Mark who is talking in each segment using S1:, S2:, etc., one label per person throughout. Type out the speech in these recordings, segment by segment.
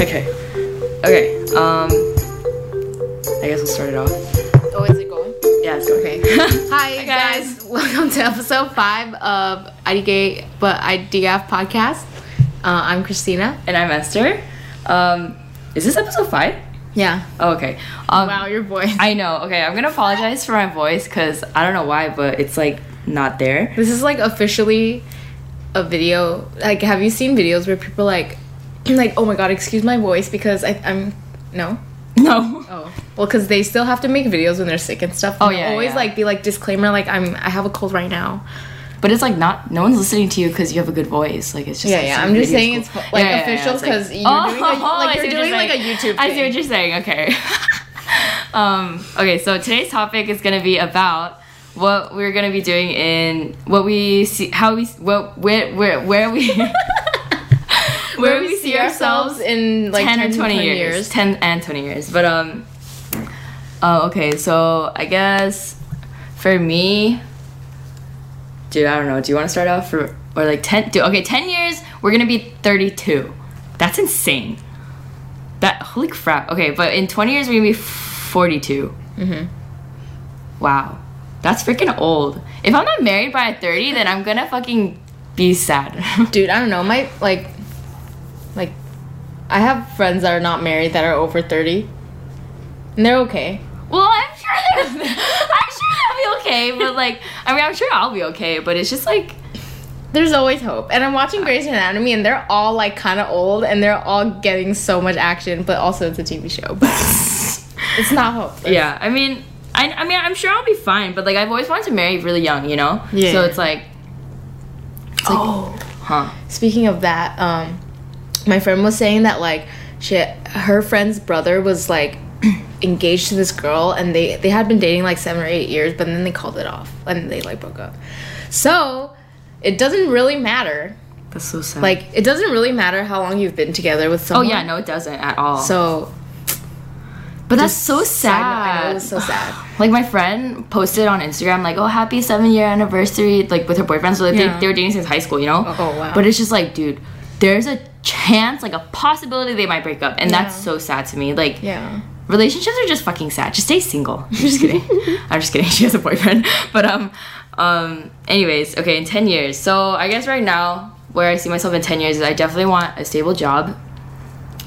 S1: Okay. Okay. Um. I guess we'll start it off.
S2: Oh, is it going?
S1: Yeah, it's okay.
S2: Hi, guys. Welcome to episode five of IDK, but IDF podcast. Uh, I'm Christina.
S1: and I'm Esther. Um, is this episode five?
S2: Yeah.
S1: Oh, okay. Um,
S2: wow, your voice.
S1: I know. Okay, I'm gonna apologize for my voice because I don't know why, but it's like not there.
S2: this is like officially a video. Like, have you seen videos where people like, like, oh my god, excuse my voice because I, I'm no.
S1: No.
S2: Oh. Well, because they still have to make videos when they're sick and stuff.
S1: Oh,
S2: They'll
S1: yeah,
S2: Always
S1: yeah.
S2: like be like disclaimer like I'm I have a cold right now.
S1: But it's like not. No one's listening to you because you have a good voice. Like it's just.
S2: Yeah,
S1: like,
S2: yeah,
S1: some
S2: I'm just
S1: video's
S2: saying it's, like, official
S1: It's Oh,
S2: 'cause you're doing a- like,
S1: I see
S2: you're
S1: what
S2: doing, like,
S1: saying.
S2: a YouTube
S1: I see
S2: thing.
S1: what you're saying. Okay. um. Okay. So today's topic is gonna be about what we're gonna be doing in what we see, how we, what, where, where, where we, where we see ourselves
S2: in like
S1: 10, or 20, years. 10 and 20 years but um oh okay so i guess for me dude i don't know do you want to start off for or like 10 do, okay 10 years we're gonna be 32 that's insane that holy crap okay but in 20 years we're gonna be 42 mm-hmm. wow that's freaking old if i'm not married by 30 then i'm gonna fucking be sad
S2: dude i don't know my like like i have friends that are not married that are over 30 and they're okay
S1: Well, I'm sure they're, I'm sure they'll be okay, but like, I mean, I'm sure I'll be okay, but it's just like,
S2: there's always hope and i'm watching grey's anatomy and they're all like kind of old and they're all getting so much action but also it's a tv show but it's not hope
S1: yeah. I mean, I, I mean, I'm sure I'll be fine, but like, I've always wanted to marry really young, you know.
S2: Yeah.
S1: So it's like,
S2: oh
S1: huh?
S2: speaking of that um my friend was saying that like she her friend's brother was like engaged to this girl and they they had been dating like seven or eight years but then they called it off and they like broke up so it doesn't really matter
S1: That's so sad.
S2: like it doesn't really matter how long you've been together with
S1: oh
S2: someone
S1: yeah, no, it doesn't at all.
S2: so
S1: but that's so
S2: sad.
S1: sad.
S2: I know, it was so sad
S1: like my friend posted on Instagram like, "Oh, happy seven year anniversary!" Like with her boyfriend, so like,
S2: Yeah.
S1: they, they were dating since high school, you know.
S2: Oh, wow.
S1: But it's just like, dude, there's a chance, like a possibility they might break up, and that's
S2: Yeah.
S1: so sad to me. Like,
S2: yeah
S1: relationships are just fucking sad. Just stay single. I'm just kidding. I'm just kidding. She has a boyfriend. But um um anyways, okay, in 10 years. So, I guess right now where I see myself in 10 years is I definitely want a stable job.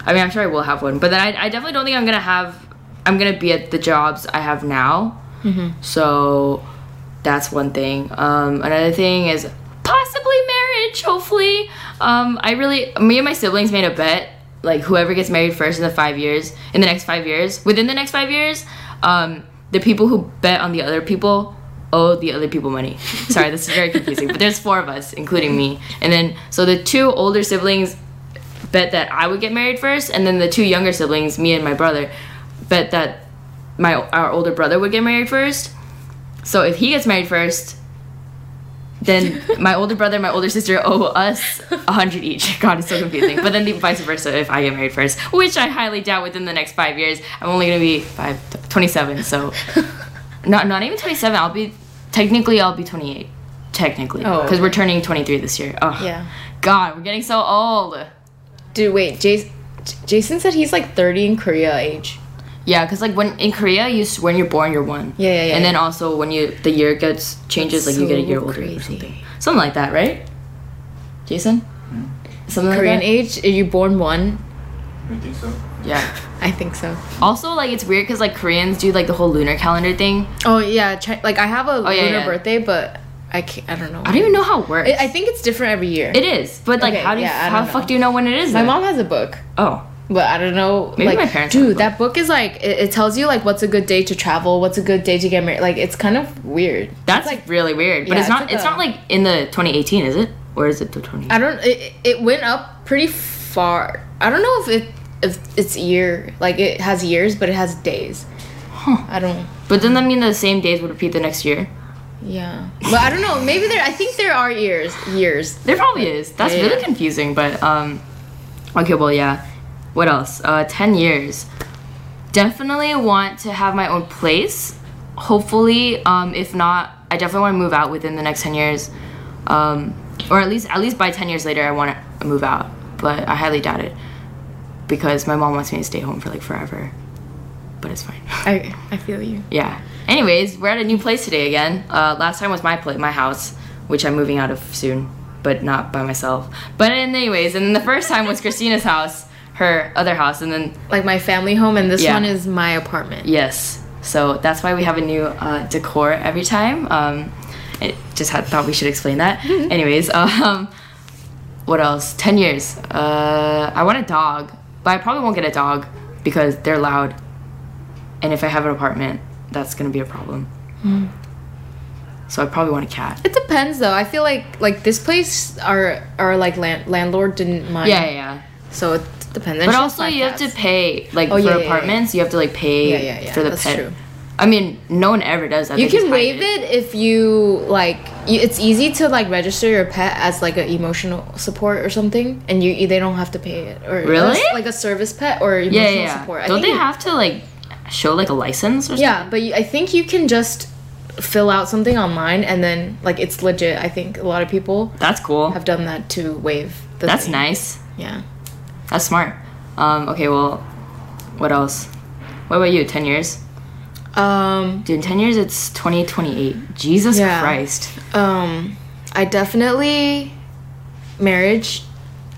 S1: I mean, I'm sure I will have one, but then I, I definitely don't think I'm going to have I'm going to be at the jobs I have now. So, that's one thing. Um another thing is possibly marriage, hopefully. Um I really me and my siblings made a bet like whoever gets married first in the five years in the next five years within the next five years um, the people who bet on the other people owe the other people money sorry this is very confusing but there's four of us including me and then so the two older siblings bet that i would get married first and then the two younger siblings me and my brother bet that my our older brother would get married first so if he gets married first then my older brother and my older sister owe us a hundred each. God, it's so confusing. But then the vice versa if I get married first, which I highly doubt within the next five years. I'm only gonna be five, 27, so not not even 27. I'll be technically I'll be 28, technically,
S2: Oh.
S1: because we're turning 23 this year. Oh,
S2: yeah
S1: God, we're getting so old.
S2: dude wait jason jason said he's like 30 in korea age
S1: Yeah, because like when in Korea, you s- when you're born, you're one.
S2: Yeah, yeah, yeah.
S1: And then also when you the year gets changes, like you get a
S2: So
S1: year older or
S2: crazy.
S1: something, something like that, right? Jason, something
S2: korean
S1: like that.
S2: age are you born one
S3: I think so.
S1: Yeah.
S2: i think so
S1: Also, like it's weird because like Koreans do like the whole lunar calendar thing.
S2: Oh yeah, Chi- like I have a
S1: Oh, yeah,
S2: lunar
S1: yeah.
S2: birthday, but I can't. I don't know.
S1: I don't even know how it works.
S2: I I think it's different every year.
S1: it is, but like
S2: Okay,
S1: how do you,
S2: yeah, I
S1: how
S2: don't
S1: the fuck
S2: know.
S1: do you know when it is?
S2: My
S1: then?
S2: mom has a book,
S1: Oh,
S2: but I don't know.
S1: Maybe
S2: like,
S1: my parents have a
S2: Dude, that book is like it, it tells you like what's a good day to travel, what's a good day to get married. Like it's kind of weird.
S1: that's
S2: It's, like
S1: really weird. But
S2: yeah,
S1: it's not.
S2: it's
S1: It's, not
S2: like a-
S1: like in the 2018, is it? Or is it the 20?
S2: I don't. It, it went up pretty far. I don't know if it if it's year like it has years, but it has days. I don't.
S1: But doesn't that mean the same days would repeat the next year?
S2: Yeah, but I don't know. Maybe there. I think there are years. Years.
S1: There probably is. That's
S2: Yeah,
S1: really
S2: yeah.
S1: confusing, but um okay, well yeah. What else? Uh 10 years. Definitely want to have my own place. Hopefully, um if not, I definitely want to move out within the next 10 years. Um or at least at least by 10 years later I want to move out, but I highly doubt it. because my mom wants me to stay home for like forever. But it's fine.
S2: I I feel you.
S1: yeah. Anyways, we're at a new place today again. Uh, last time was my place, my house, which I'm moving out of soon, but not by myself. But anyways, and then the first time was Christina's house, her other house, and then
S2: Like my family home, and this
S1: Yeah.
S2: one is my apartment.
S1: Yes. So that's why we have a new uh, decor every time. Um, I just had, thought we should explain that. Anyways, um, what else? 10 years. Uh, I want a dog, but I probably won't get a dog because they're loud. And if I have an apartment, that's going to be a problem.
S2: Hmm.
S1: So I probably want a cat.
S2: It depends though. I feel like like this place, our our like land, landlord didn't mind.
S1: Yeah, yeah, yeah.
S2: So it depends. And
S1: But
S2: she has
S1: also,
S2: five
S1: you have
S2: cats.
S1: to pay, like,
S2: Oh,
S1: for
S2: yeah, yeah, yeah,
S1: apartments, you have to, like, pay
S2: Yeah, yeah, yeah.
S1: for the
S2: That's
S1: pet.
S2: true.
S1: I mean, no one ever does that.
S2: You
S1: They just
S2: can
S1: hide
S2: waive it if you like. You, it's easy to like register your pet as like an emotional support or something, and you, you- they don't have to pay it or
S1: Really?
S2: or, like a service pet or emotional
S1: yeah, yeah, yeah.
S2: support. I
S1: Don't
S2: think
S1: they
S2: you-
S1: have to like show like a license or
S2: Yeah, but you, I think you can just fill out something online and then like it's legit. I think a lot of people
S1: something? That's cool.
S2: have done that to waive. The
S1: That's
S2: thing.
S1: nice.
S2: Yeah.
S1: That's smart. Um, okay, well, what else? What about you? Ten years,
S2: Um.
S1: dude. In ten years, it's twenty twenty eight. Jesus
S2: Yeah.
S1: Christ.
S2: Um. I definitely marriage.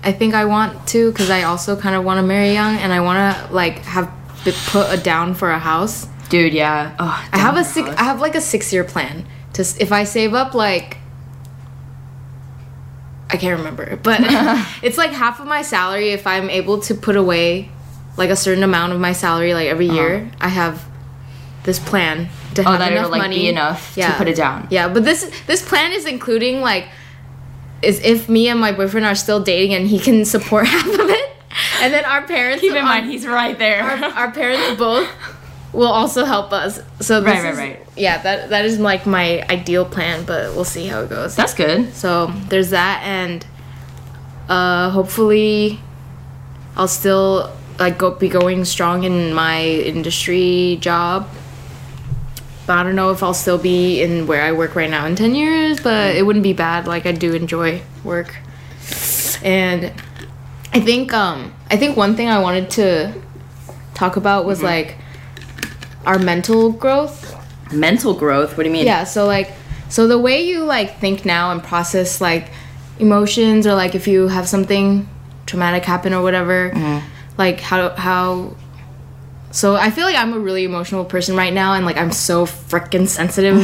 S2: I think I want to because I also kind of want to marry young and I want to like have b- put a down for a house.
S1: Dude, yeah. Oh,
S2: I have a six. I have like a six year plan. To s- if I save up like. I can't remember, but it's like half of my salary. If I'm able to put away, like a certain amount of my salary, like every year, I have this plan to have
S1: that it'll, Uh-huh.
S2: enough
S1: Oh, like,
S2: money
S1: be enough to put it down.
S2: Yeah, but this this plan is including like, is if me and my boyfriend are still dating and he can support half of it, and then our parents
S1: Keep in
S2: on-
S1: mind, he's right there.
S2: our parents both will also help us. So this
S1: Right, right,
S2: is-
S1: right.
S2: Yeah, that that is like my ideal plan, but we'll see how it goes.
S1: That's good.
S2: so there's that, and uh, hopefully, I'll still like go be going strong in my industry job. But I don't know if I'll still be in where I work right now in ten years, but it wouldn't be bad. Like I do enjoy work, and I think um I think one thing I wanted to talk about was like our mental growth.
S1: Mental growth. What do you mean?
S2: Yeah, so like so the way you like think now and process like emotions or like if you have something traumatic happen or whatever, like how how so I feel like I'm a really emotional person right now and like I'm so freaking sensitive.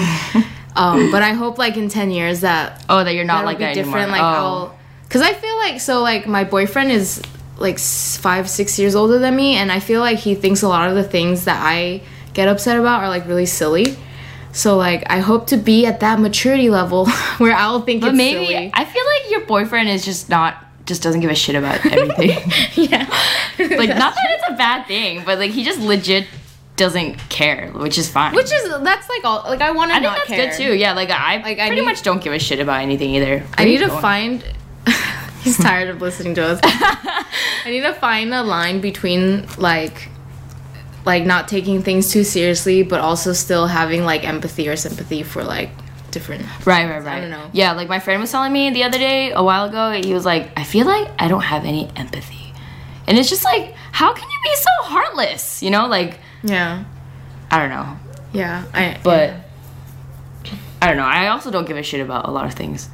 S2: um but I hope like in 10 years that
S1: Oh, that you're not
S2: that'll
S1: like
S2: be
S1: that
S2: different.
S1: anymore.
S2: Like
S1: oh.
S2: I'll, because I feel like so like my boyfriend is like s- five six years older than me, and I feel like he thinks a lot of the things that I get upset about are like really silly. So like I hope to be at that maturity level where I'll think
S1: But
S2: it's
S1: maybe
S2: silly.
S1: I feel like your boyfriend is just not just doesn't give a shit about everything.
S2: yeah.
S1: like not that it's a bad thing, but like he just legit doesn't care, which is fine.
S2: Which is that's like all like I want to
S1: I think
S2: not
S1: that's
S2: care.
S1: good too. Yeah, like I
S2: Like, I
S1: pretty
S2: need-
S1: much don't give a shit about anything either.
S2: I
S1: Where
S2: need
S1: you
S2: to
S1: going?
S2: find. He's tired of listening to us. I need to find a line between like, like not taking things too seriously, but also still having like empathy or sympathy for like different.
S1: Right, right, right.
S2: don't know.
S1: Yeah, like my friend was telling me the other day, a while ago, he was like, I feel like I don't have any empathy. And it's just like, how can you be so heartless? You know, like,
S2: Yeah,
S1: I don't know.
S2: yeah. I
S1: But I don't know. I also don't give a shit about a lot of things.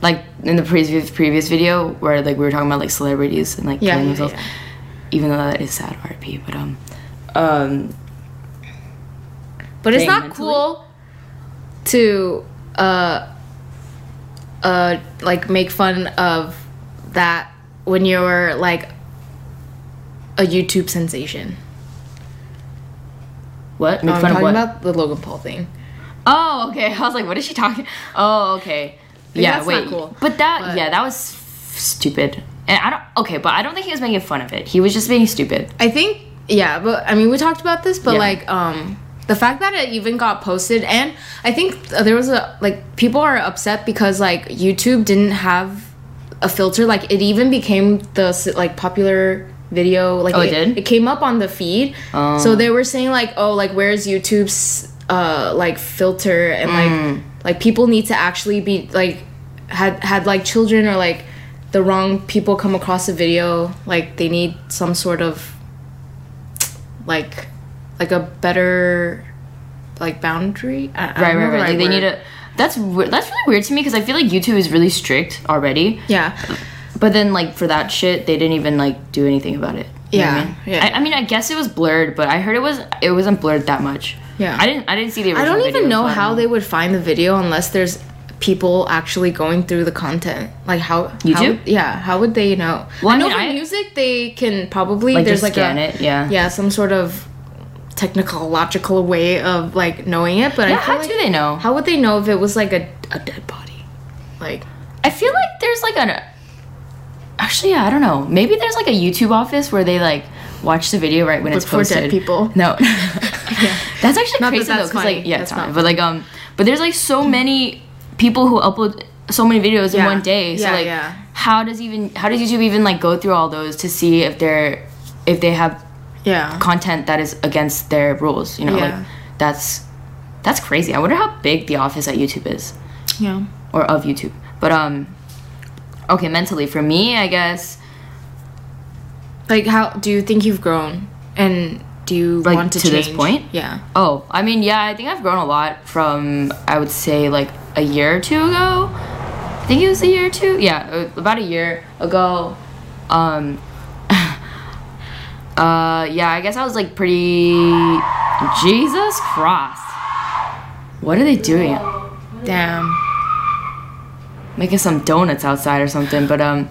S1: Like in the previous previous video where like we were talking about like celebrities and like
S2: Yeah,
S1: killing
S2: yeah,
S1: themselves.
S2: yeah.
S1: Even though that is sad RP, but um um
S2: but it's
S1: Dang,
S2: not
S1: mentally?
S2: cool to uh uh like make fun of that when you're like a YouTube sensation.
S1: what? Make
S2: Oh, I'm
S1: fun of
S2: talking
S1: what?
S2: about the Logan Paul thing.
S1: Oh, okay. I was like, what is she talking? Oh, okay. yeah,
S2: that's
S1: wait.
S2: not cool,
S1: But that,
S2: but-
S1: yeah, that was f- stupid. And I don't. Okay, but I don't think he was making fun of it. He was just being stupid.
S2: I think yeah, but I mean we talked about this, but
S1: Yeah.
S2: like um the fact that it even got posted and I think uh, there was a like people are upset because like YouTube didn't have a filter like it even became the s- like popular video like
S1: Oh, it did?
S2: it came up on the feed. So they were saying like oh like where's YouTube's uh like filter
S1: Mm.
S2: and like like people need to actually be like had had like children or like the wrong people come across the video, like they need some sort of like like a better like boundary. I, I don't
S1: right,
S2: know
S1: right,
S2: the
S1: right. Like, they
S2: word.
S1: need a. That's we- that's really weird to me because I feel like YouTube is really strict already.
S2: yeah.
S1: But then, like for that shit, they didn't even like do anything about it. You know what
S2: Yeah,
S1: I mean?
S2: yeah.
S1: I, I mean, I guess it was blurred, but I heard it was it wasn't blurred that much.
S2: Yeah.
S1: I didn't I didn't see the
S2: I
S1: original.
S2: don't even
S1: video,
S2: know
S1: so I
S2: how
S1: don't
S2: they would find the video unless there's people actually going through the content. Like how
S1: YouTube?
S2: how- yeah, how would they know?
S1: Well, I
S2: I know
S1: mean,
S2: for
S1: I-
S2: music they can probably
S1: Like, just
S2: there's like
S1: scan
S2: a,
S1: it, yeah.
S2: yeah some sort of technological way of like knowing it. But
S1: Yeah,
S2: I feel
S1: how
S2: like,
S1: do they know?
S2: How would they know if it was like a a dead body? Like
S1: I feel like there's like an. Actually, yeah, I don't know. Maybe there's like a YouTube office where they like watch the video right when it's
S2: Look for
S1: posted.
S2: dead people.
S1: No, that's actually
S2: Not that
S1: crazy though,
S2: that's
S1: because
S2: funny.
S1: like yeah,
S2: That's
S1: it's
S2: not
S1: not. But like um, but there's like so many people who upload so many videos in
S2: Yeah.
S1: one day. So
S2: Yeah,
S1: like,
S2: yeah.
S1: how does even how does YouTube even like go through all those to see if they're if they have
S2: yeah,
S1: content that is against their rules? You know,
S2: Yeah.
S1: like that's that's crazy. I wonder how big the office at YouTube is
S2: yeah.
S1: or of YouTube. But um okay, mentally for me, I guess
S2: Like how do you think you've grown and do you
S1: Like,
S2: want to,
S1: to this
S2: change?
S1: point?
S2: Yeah.
S1: oh, I mean, yeah, I think I've grown a lot from I would say like a year or two ago. I think it was a year or two. Yeah, uh, about a year ago. Um uh yeah, I guess I was like pretty Jesus Christ. What are they doing?
S2: Damn.
S1: making some donuts outside or something. But um,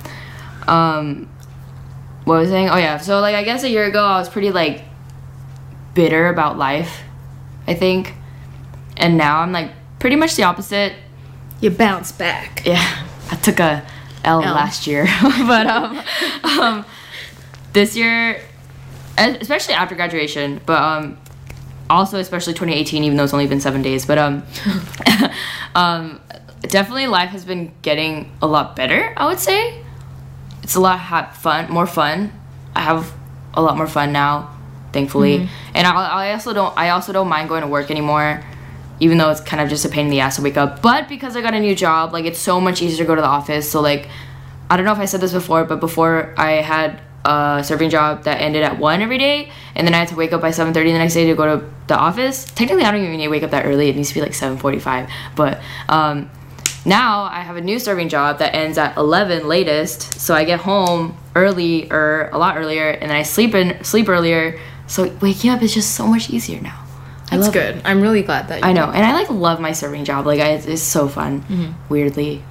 S1: um, what was I saying? Oh yeah. So like, I guess a year ago, I was pretty like bitter about life. I think, and now I'm like pretty much the opposite.
S2: You bounce back.
S1: Yeah, I took a L
S2: L.
S1: last year, but um, um, this year, es- especially after graduation, but um, also especially 2018, even though it's only been seven days, but um, um, definitely life has been getting a lot better. I would say it's a lot ha- fun, more fun. I have a lot more fun now, thankfully, and I, I also don't. I also don't mind going to work anymore, even though it's kind of just a pain in the ass to wake up. But because I got a new job, like it's so much easier to go to the office. So like, I don't know if I said this before, but before I had a serving job that ended at one every day, and then I had to wake up by seven thirty the next day to go to the office. Technically, I don't even need to wake up that early. It needs to be like seven forty-five, but. um now I have a new serving job that ends at 11 latest, so I get home early or a lot earlier, and then I sleep in sleep earlier. So waking up is just so much easier now. I
S2: That's
S1: love
S2: good. I'm really glad that you
S1: I know, and I like love my serving job. Like, I, it's so fun. Weirdly,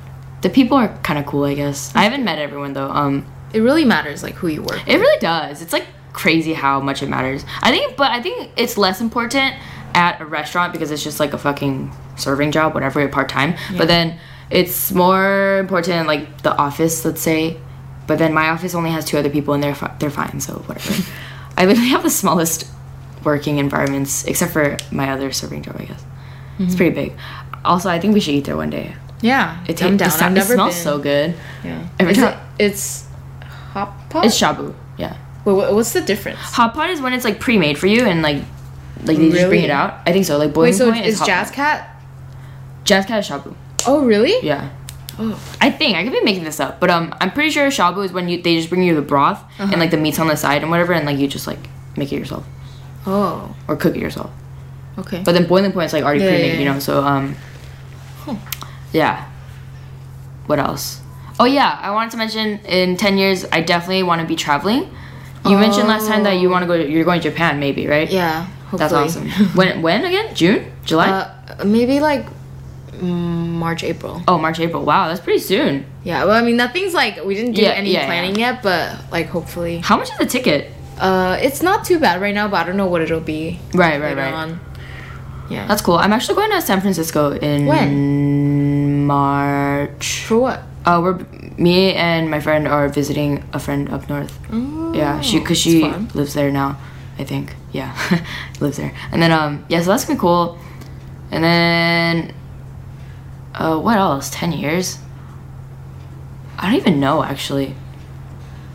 S1: the people are kind of cool. I guess I haven't met everyone though. Um,
S2: It really matters like who you work.
S1: it really does. It's like crazy how much it matters. I think, but I think it's less important at a restaurant because it's just like a fucking serving job, whatever, you're part time. But then it's more important in, like the office, let's say. But then my office only has two other people and they're fi- they're fine, so whatever. I literally have the smallest working environments except for my other serving job, I guess. It's
S2: Mm-hmm.
S1: pretty big. Also, I think we should eat there one day.
S2: Yeah,
S1: It,
S2: I'm
S1: ta-
S2: down.
S1: it, sa-
S2: I've
S1: it
S2: never
S1: smells
S2: been.
S1: so good.
S2: Yeah,
S1: Every
S2: Is it-
S1: time-
S2: it's hot pot.
S1: It's shabu, yeah.
S2: Wait, wha- what's the difference?
S1: Hot pot is when it's like pre-made for you and like like they just bring
S2: Really?
S1: it out. I think so. Like boiling
S2: Wait, so
S1: point
S2: is
S1: hot
S2: Jazz
S1: pot.
S2: Cat?
S1: Jazz cat is shabu.
S2: Oh, really?
S1: Yeah.
S2: Oh.
S1: I think I could be making this up, but um, I'm pretty sure shabu is when you they just bring you the broth
S2: Uh-huh.
S1: and like the meats on the side and whatever, and like you just like make it yourself
S2: Oh,
S1: or cook it yourself.
S2: okay.
S1: But then boiling point is like already
S2: Yeah,
S1: pre-made,
S2: yeah,
S1: you
S2: yeah.
S1: know. So um, yeah. What else? Oh yeah, I wanted to mention in ten years I definitely want to be traveling. You mentioned last time that you want to go. To, you're going to Japan, maybe, right?
S2: yeah, hopefully.
S1: That's awesome. when when again? June? July?
S2: Uh, maybe like mm, March, April.
S1: oh, March, April. Wow, that's pretty soon.
S2: Yeah. Well, I mean, nothing's like we didn't do
S1: Yeah,
S2: any
S1: yeah, yeah.
S2: planning yet, but like hopefully,
S1: How much is the ticket?
S2: uh, it's not too bad right now. But I don't know what it'll be
S1: Right, right,
S2: later
S1: right.
S2: on. Yeah.
S1: That's cool. I'm actually going to San Francisco in March.
S2: for what?
S1: Uh, we're me and my friend are visiting a friend up north. yeah, she because she
S2: Oh, that's fun.
S1: lives there now, I think. Yeah, lives there. And then um, yeah, so that's gonna be cool. And then, uh, what else? Ten years. I don't even know actually.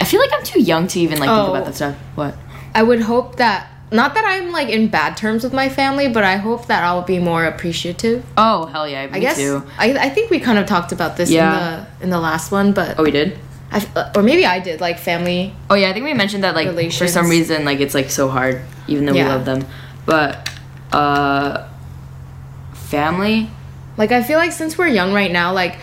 S1: I feel like I'm too young to even like think
S2: Oh.
S1: about that stuff. What?
S2: I would hope that not that I'm like in bad terms with my family, but I hope that I'll be more appreciative.
S1: Oh hell yeah, me
S2: I guess
S1: too.
S2: I, I think we kind of talked about this
S1: Yeah.
S2: in the in the last one, but
S1: Oh, we did.
S2: I f- or maybe I did like family.
S1: Oh yeah, I think we mentioned that like for
S2: Relations.
S1: some reason like it's like so hard even though we
S2: Yeah.
S1: love them. But uh family
S2: Like I feel like since we're young right now, like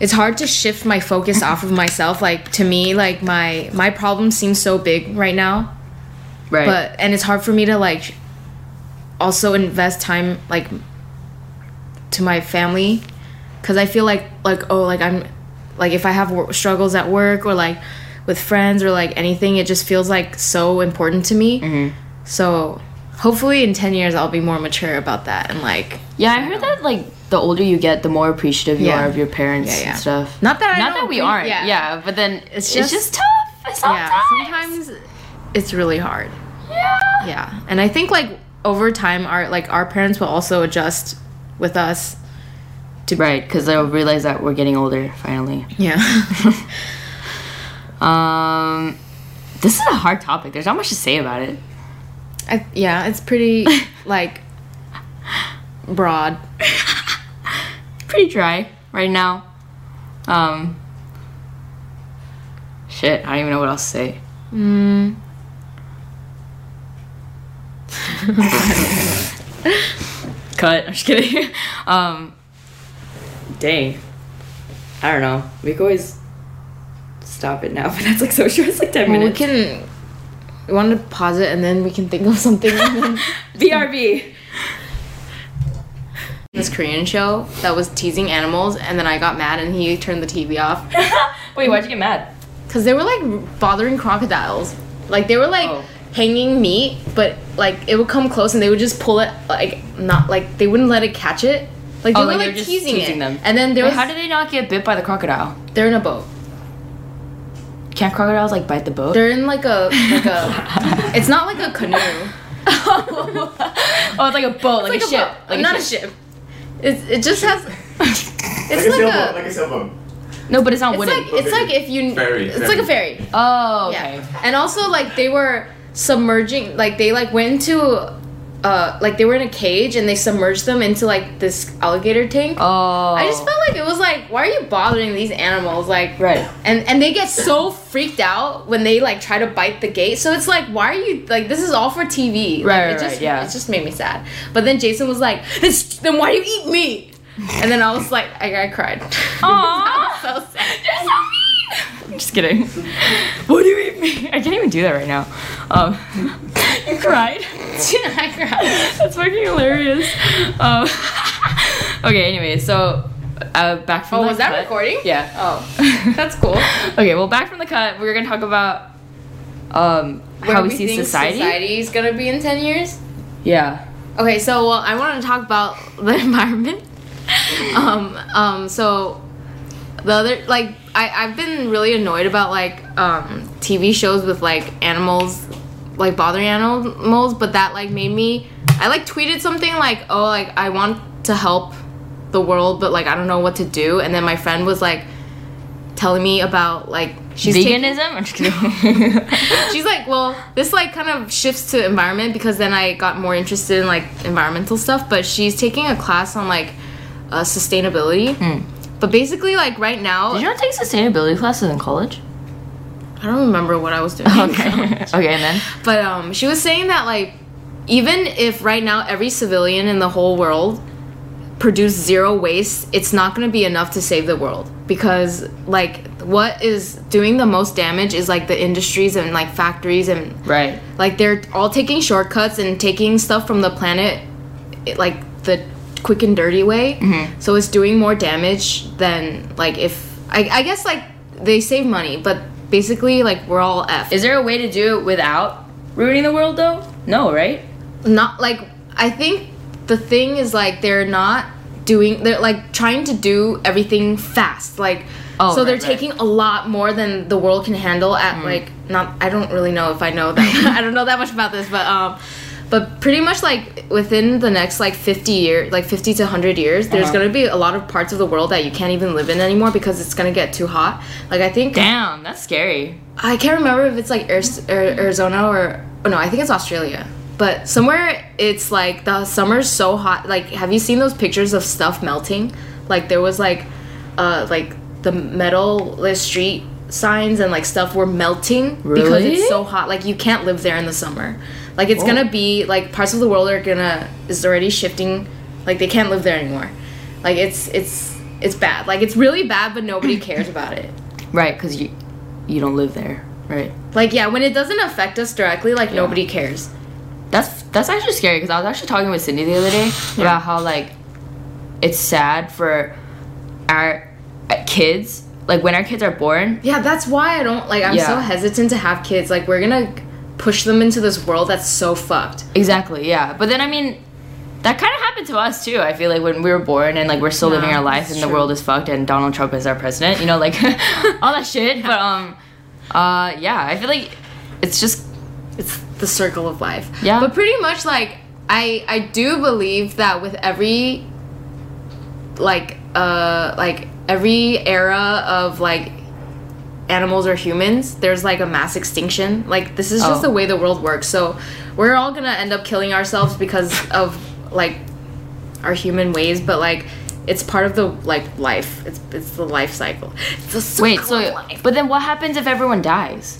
S2: it's hard to shift my focus off of myself. Like to me, like my my problem seems so big right now,
S1: right.
S2: but and it's hard for me to like also invest time like to my family because I feel like like oh like I'm like if I have wor- struggles at work or like with friends or like anything, it just feels like so important to me.
S1: Mm-hmm.
S2: So hopefully in ten years I'll be more mature about that and like
S1: yeah, I heard that like the older you get, the more appreciative you
S2: Yeah.
S1: are of your parents
S2: Yeah, yeah.
S1: and stuff.
S2: Not that I
S1: Not
S2: don't
S1: that we
S2: appre-
S1: aren't. Yeah.
S2: yeah.
S1: but then it's
S2: It's
S1: just,
S2: just-
S1: tough. Sometimes.
S2: yeah sometimes it's really hard
S1: yeah.
S2: yeah and i think like over time our like our parents will also adjust with us
S1: Right, because they'll realize that we're getting older finally.
S2: yeah
S1: Um, this is a hard topic. There's not much to say about it.
S2: I, yeah it's pretty like broad
S1: pretty dry right now. Um, shit, I don't even know what else to say. Hmm. Cut. I'm just kidding. Um, dang. I don't know. We could always stop it now, but that's like so short. It's like ten
S2: well, we
S1: minutes.
S2: can we want to pause it and then we can think of something and then-
S1: BRB.
S2: this korean show that was teasing animals and then i got mad and he turned the tv off
S1: Wait, why'd you get mad?
S2: Because they were like bothering crocodiles. Like they were like
S1: Oh.
S2: hanging meat, but like it would come close and they would just pull it, like not like they wouldn't let it catch it. Like
S1: Oh,
S2: they were
S1: like, they
S2: like
S1: were just
S2: teasing,
S1: teasing
S2: it.
S1: them.
S2: And then there
S1: Wait,
S2: was
S1: how did they not get bit by the crocodile?
S2: they're in a boat.
S1: Can't crocodiles like bite the boat?
S2: They're in like a like a. it's not like a canoe.
S1: oh, it's like a boat, like,
S2: It's
S1: a, ship,
S2: boat. not a ship. It's, it just has. It's
S3: like, a
S2: like
S3: sailboat,
S2: a.
S3: like a sailboat.
S1: No, but it's not
S2: It's
S1: wooden.
S2: like it's like if you.
S3: Ferry,
S2: It's like a ferry.
S1: oh, okay.
S2: Yeah. And also like they were submerging like they like went into uh like they were in a cage and they submerged them into like this alligator tank.
S1: Oh,
S2: I just felt like it was like why are you bothering these animals like
S1: Right.
S2: and and they get so freaked out when they like try to bite the gate. So it's like why are you like this is all for TV. Like,
S1: Right,
S2: it
S1: right,
S2: just
S1: right, yeah.
S2: it just made me sad. But then Jason was like, "This- then why do you eat me? And then I was like I, I cried.
S1: Aw.
S2: I was so sad.
S1: You're so mean. I'm just kidding. what do you eat me? I can't even do that right now. Um, you cried.
S2: I cried.
S1: That's fucking hilarious. Um, okay. Anyway, so uh, back from
S2: Oh,
S1: the
S2: was that
S1: cut-
S2: recording?
S1: Yeah.
S2: Oh. That's cool.
S1: okay. Well, back from the cut, we were gonna talk about um how we, see society.
S2: is gonna be in 10 years
S1: Yeah.
S2: okay so well i want to talk about the environment um um so the other like I, i've been really annoyed about like um tv shows with like animals like bothering animals but that like made me i like tweeted something like oh like i want to help the world but like i don't know what to do and then my friend was like telling me about like she's taking-
S1: Veganism. I'm just kidding.
S2: She's like, well, this like kind of shifts to environment because then I got more interested in like environmental stuff. But she's taking a class on like uh, sustainability.
S1: Hmm.
S2: But basically, like right now,
S1: Did you not take sustainability classes in college?
S2: I don't remember what I was doing.
S1: okay, and then?
S2: but um, she was saying that like even if right now every civilian in the whole world produce zero waste, it's not going to be enough to save the world because like what is doing the most damage is like the industries and like factories and
S1: Right.
S2: like they're all taking shortcuts and taking stuff from the planet it- like the quick and dirty way so it's doing more damage than like if I, I guess like they save money but basically like we're all f
S1: Is there a way to do it without ruining the world, though? No, right?
S2: not like i think the thing is like they're not doing they're like trying to do everything fast like
S1: Oh,
S2: so they're
S1: right, Mm. right.
S2: taking a lot more than the world can handle at like not i don't really know if i know that i don't know that much about this but um but pretty much like within the next like 50 years like 50 to 100 years there's
S1: Uh-huh.
S2: going to be a lot of parts of the world that you can't even live in anymore because it's going to get too hot like i think
S1: Damn, that's scary.
S2: I can't remember if it's like Aris- Ar- Arizona or oh no, I think it's Australia. But somewhere it's like the summer's so hot. Like, have you seen those pictures of stuff melting? Like there was like, uh, like the metal the street signs and like stuff were melting because
S1: Really?
S2: it's so hot. Like you can't live there in the summer. Like it's
S1: Oh.
S2: gonna be like parts of the world are gonna is already shifting. Like they can't live there anymore. Like it's it's it's bad. Like it's really bad, but nobody cares about it.
S1: Right, because you you don't live there, right?
S2: Like yeah, when it doesn't affect us directly, like nobody cares.
S1: That's that's actually scary because I was actually talking with Cindy the other day about how like it's sad for our uh, kids. Like when our kids are born,
S2: Yeah, that's why I don't like. I'm so
S1: Yeah.
S2: hesitant to have kids. Like we're gonna push them into this world that's so fucked.
S1: exactly, yeah. But then I mean, that kind of happened to us too. I feel like when we were born and like we're still living
S2: Yeah,
S1: our life
S2: that's
S1: and the
S2: true.
S1: world is fucked and Donald Trump is our president, you know, like all that shit. But um, uh, yeah, I feel like it's just
S2: it's the circle of life.
S1: Yeah.
S2: But pretty much like I I do believe that with every like uh like every era of like animals or humans, there's like a mass extinction. Like this is just
S1: Oh.
S2: the way the world works. So we're all going to end up killing ourselves because of like our human ways, but like it's part of the like life. It's it's the life cycle. It's a circle
S1: wait.
S2: of
S1: So,
S2: life.
S1: but then what happens if everyone dies?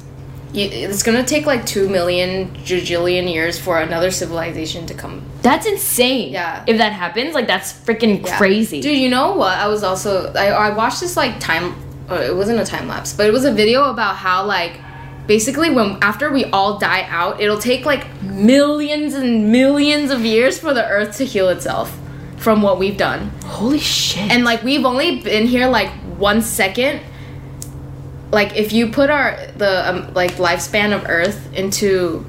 S2: You, it's gonna take like two million jajillion years for another civilization to come.
S1: That's insane.
S2: Yeah.
S1: If that happens, like that's freaking
S2: Yeah.
S1: crazy.
S2: dude. You know what? I was also I, I watched this like time. Uh, it wasn't a time lapse, but it was a video about how like basically when after we all die out, it'll take like millions and millions of years for the Earth to heal itself from what we've done,
S1: Holy shit.
S2: and like we've only been here like one second. Like if you put our the um, like lifespan of Earth into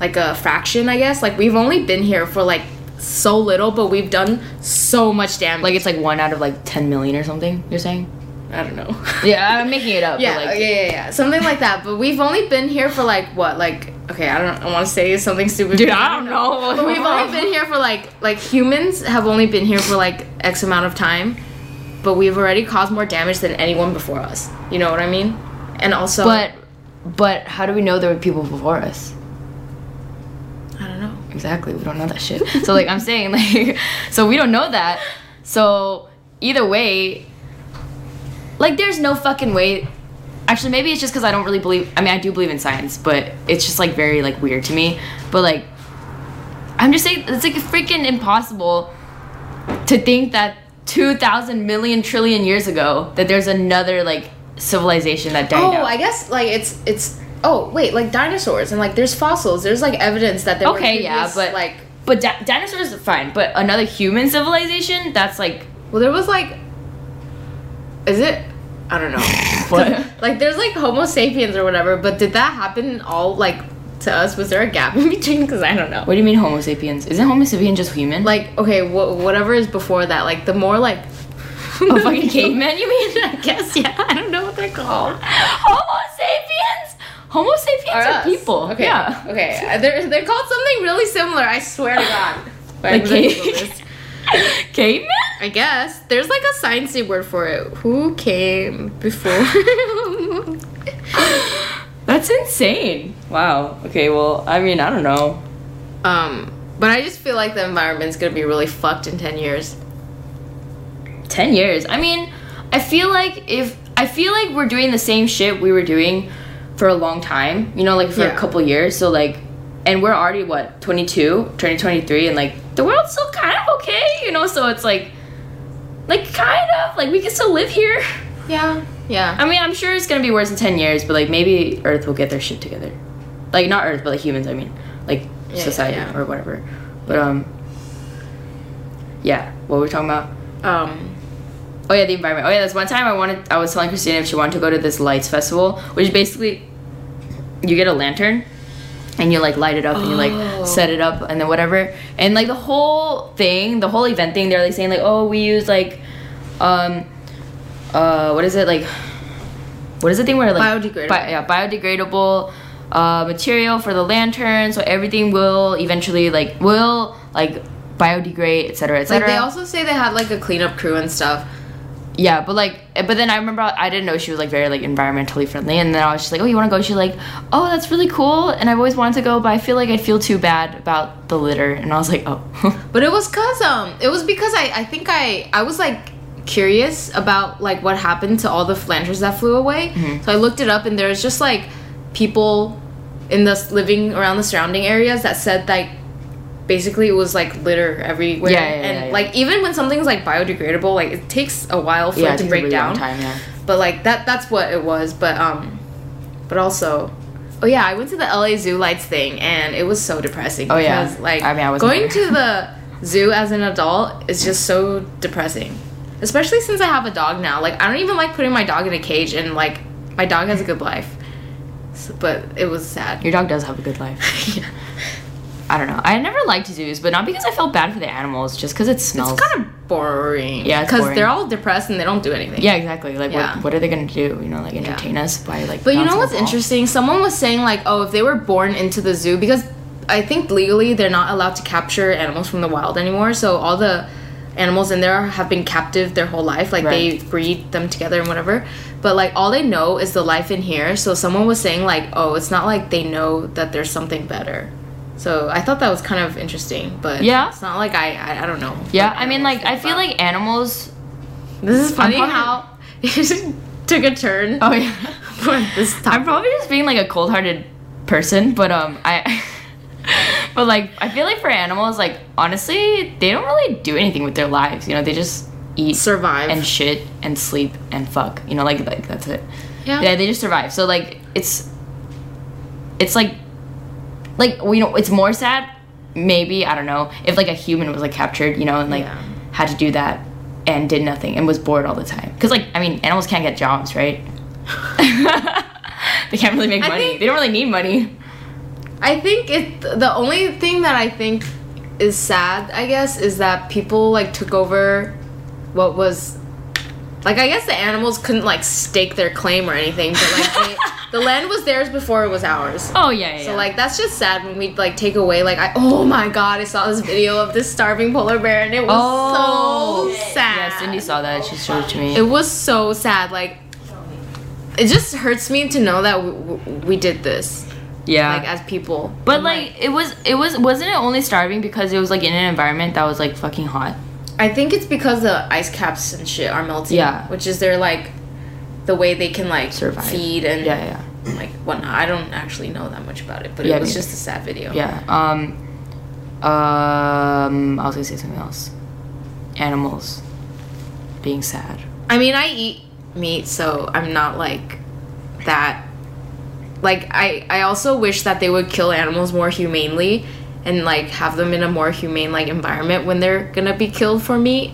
S2: like a fraction, I guess. Like we've only been here for like so little, but we've done so much damage.
S1: Like it's like one out of like ten million or something. You're saying?
S2: I don't know.
S1: Yeah, I'm making it up.
S2: yeah,
S1: But like,
S2: yeah, yeah, yeah, something like that. But we've only been here for like what, like okay, I don't, I want to say something stupid.
S1: Dude,
S2: but
S1: I don't know.
S2: But we've only been here for like, like humans have only been here for like X amount of time, but we've already caused more damage than anyone before us. You know what I mean? And also,
S1: But but how do we know there were people before us?
S2: I don't know.
S1: Exactly. We don't know that shit. so like I'm saying like so we don't know that. So either way like there's no fucking way Actually, maybe it's just because I don't really believe. I mean, I do believe in science, but it's just like very like weird to me. But like, I'm just saying it's like freaking impossible to think that two thousand million trillion years ago that there's another like civilization that died
S2: Oh,
S1: out.
S2: I guess like it's it's. Oh wait, like dinosaurs and like there's fossils. There's like evidence that there were
S1: Okay, yeah,
S2: previous,
S1: but-
S2: like
S1: But di- dinosaurs are fine. But another human civilization, that's like
S2: Well, there was like, is it? I don't know.
S1: what?
S2: like, there's like Homo sapiens or whatever, but did that happen all like to us? Was there a gap in between? Because I don't know.
S1: what do you mean Homo sapiens? Isn't Homo sapien just human?
S2: Like, okay, wh- whatever is before that, like the more like
S1: a Oh, fucking caveman? You mean?
S2: I guess yeah. I don't know what they're called.
S1: Homo sapiens. Homo sapiens are,
S2: Or us.
S1: people.
S2: Okay.
S1: Yeah.
S2: Okay. Uh, They're they're called something really similar. I swear to God. But I'm
S1: Like
S2: gonna
S1: cave-
S2: Google this.
S1: caveman?
S2: I guess there's like a sciencey word for it. Who came before?
S1: That's insane. Wow. Okay, well, I mean, I don't know.
S2: Um, but I just feel like the environment's gonna be really fucked in ten years.
S1: 10 years. I mean, I feel like if I feel like we're doing the same shit we were doing for a long time, you know, like for
S2: Yeah.
S1: a couple years. So like and we're already what, 22, turning 23 and like the world's still kind of okay, you know, so it's like like kind of like we can still live here.
S2: Yeah. Yeah.
S1: I mean, I'm sure it's going to be worse in 10 years, but like maybe earth will get their shit together. Like not earth, but like humans, I mean, like
S2: Yeah, yeah,
S1: society
S2: yeah.
S1: or whatever. But um yeah, what we're we talking about?
S2: Um.
S1: Oh yeah, the environment. Oh yeah, that's one time I wanted. I was telling Christina if she wanted to go to this lights festival, which is basically you get a lantern and you like light it up and you
S2: Oh.
S1: like set it up and then whatever. And like the whole thing, the whole event thing, they're like saying like, oh, we use like, um, uh, what is it like? What is the thing where like
S2: Biodegradable.
S1: bi- yeah, biodegradable uh, material for the lantern, so everything will eventually like will like biodegrade, et cetera, et
S2: Like
S1: cetera.
S2: they also say they had like a cleanup crew and stuff.
S1: Yeah, but like, but then I remember I didn't know she was like very like environmentally friendly, and then I was just like, oh, you want to go? She's like, oh, that's really cool, and I've always wanted to go, but I feel like I'd feel too bad about the litter, and I was like, oh,
S2: But it was cause um, it was because I I think I I was like curious about like what happened to all the Flanders that flew away.
S1: Mm-hmm.
S2: So I looked it up, and there's just like people in the s- living around the surrounding areas that said like basically it was like litter everywhere
S1: Yeah, yeah,
S2: and
S1: yeah, yeah.
S2: like even when something's like biodegradable like it takes a while for
S1: yeah,
S2: it
S1: takes
S2: to
S1: a
S2: break
S1: really long
S2: down
S1: Time, yeah.
S2: but like that that's what it was but um but also oh yeah i went to the la zoo lights thing and it was so depressing
S1: Oh, yeah.
S2: because, like
S1: I mean, I wasn't
S2: going
S1: there.
S2: to the zoo as an adult is just so depressing especially since i have a dog now like i don't even like putting my dog in a cage and like my dog has a good life S- but it was sad
S1: Your dog does have a good life.
S2: yeah.
S1: I don't know. I never liked zoos, but not because I felt bad for the animals, just because it smells.
S2: it's kind of boring
S1: Yeah, it's
S2: because
S1: boring.
S2: they're all depressed and they don't do anything
S1: yeah, exactly. Like,
S2: Yeah.
S1: What, what are they gonna do? You know, like entertain us by like.
S2: But you know
S1: bouncing
S2: what's
S1: the ball?
S2: interesting? Someone was saying like, oh, if they were born into the zoo, because I think legally they're not allowed to capture animals from the wild anymore. So all the animals in there have been captive their whole life. Like they
S1: Right.
S2: breed them together and whatever. But like all they know is the life in here. So someone was saying like, oh, it's not like they know that there's something better. So I thought that was kind of interesting, but
S1: Yeah.
S2: it's not like I I, I don't know.
S1: Yeah,
S2: what
S1: I mean,
S2: animals
S1: like I
S2: think
S1: feel
S2: about.
S1: like animals.
S2: this is funny
S1: probably-
S2: how it took a turn.
S1: Oh yeah.
S2: for this topic.
S1: I'm probably just being like a cold-hearted person, but um, I, but like I feel like for animals, like honestly, they don't really do anything with their lives. You know, they just eat,
S2: survive
S1: and shit, and sleep, and fuck. You know, like like that's it.
S2: Yeah.
S1: Yeah, they just survive. So like it's, it's like, like well, you know, it's more sad. Maybe I don't know if like a human was like captured, you know, and like
S2: Yeah.
S1: had to do that and did nothing and was bored all the time. Because like I mean, animals can't get jobs, right? they can't really make
S2: I
S1: money.
S2: think-
S1: they don't really need money.
S2: I think it the only thing that I think is sad, I guess, is that people like took over what was like I guess the animals couldn't like stake their claim or anything, but like they, the land was theirs before it was ours.
S1: Oh yeah, yeah.
S2: So like that's just sad when we like take away like I oh my god I saw this video of this starving polar bear and it was so sad.
S1: Yeah, Cindy saw that. She showed it to me.
S2: It was so sad. Like it just hurts me to know that w- w- we did this
S1: yeah.
S2: like as people.
S1: but
S2: I'm
S1: like it was, it was wasn't it only starving because it was like in an environment that was like fucking hot.
S2: I think it's because the ice caps and shit are melting.
S1: Yeah.
S2: Which is their like the way they can like
S1: Survive.
S2: feed and
S1: Yeah, yeah,
S2: like whatnot. I don't actually know that much about it, but
S1: Yeah,
S2: it was
S1: neither.
S2: just a sad video.
S1: yeah. Um, um, I was gonna say something else. Animals being sad.
S2: I mean I eat meat so I'm not like that like I, I also wish that they would kill animals more humanely and like have them in a more humane like environment when they're gonna be killed for meat.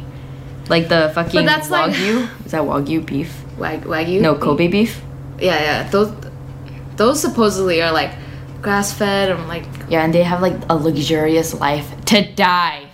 S1: Like the fucking
S2: that's, like-
S1: wagyu. Is that wagyu beef?
S2: Wag wagyu.
S1: No, Kobe beef.
S2: Yeah, yeah. Those those supposedly are like grass fed and like
S1: Yeah, and they have like a luxurious life to die.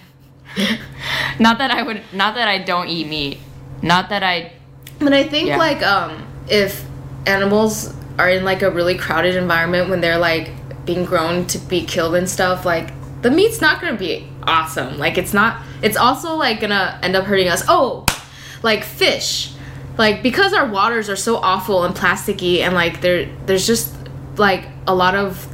S1: not that I would, not that I don't eat meat. Not that I,
S2: But I think
S1: Yeah.
S2: like um if animals are in like a really crowded environment when they're like being grown to be killed and stuff, like the meat's not gonna be awesome. Like it's not it's also like gonna end up hurting us. Oh like fish. Like because our waters are so awful and plasticky and like there there's just like a lot of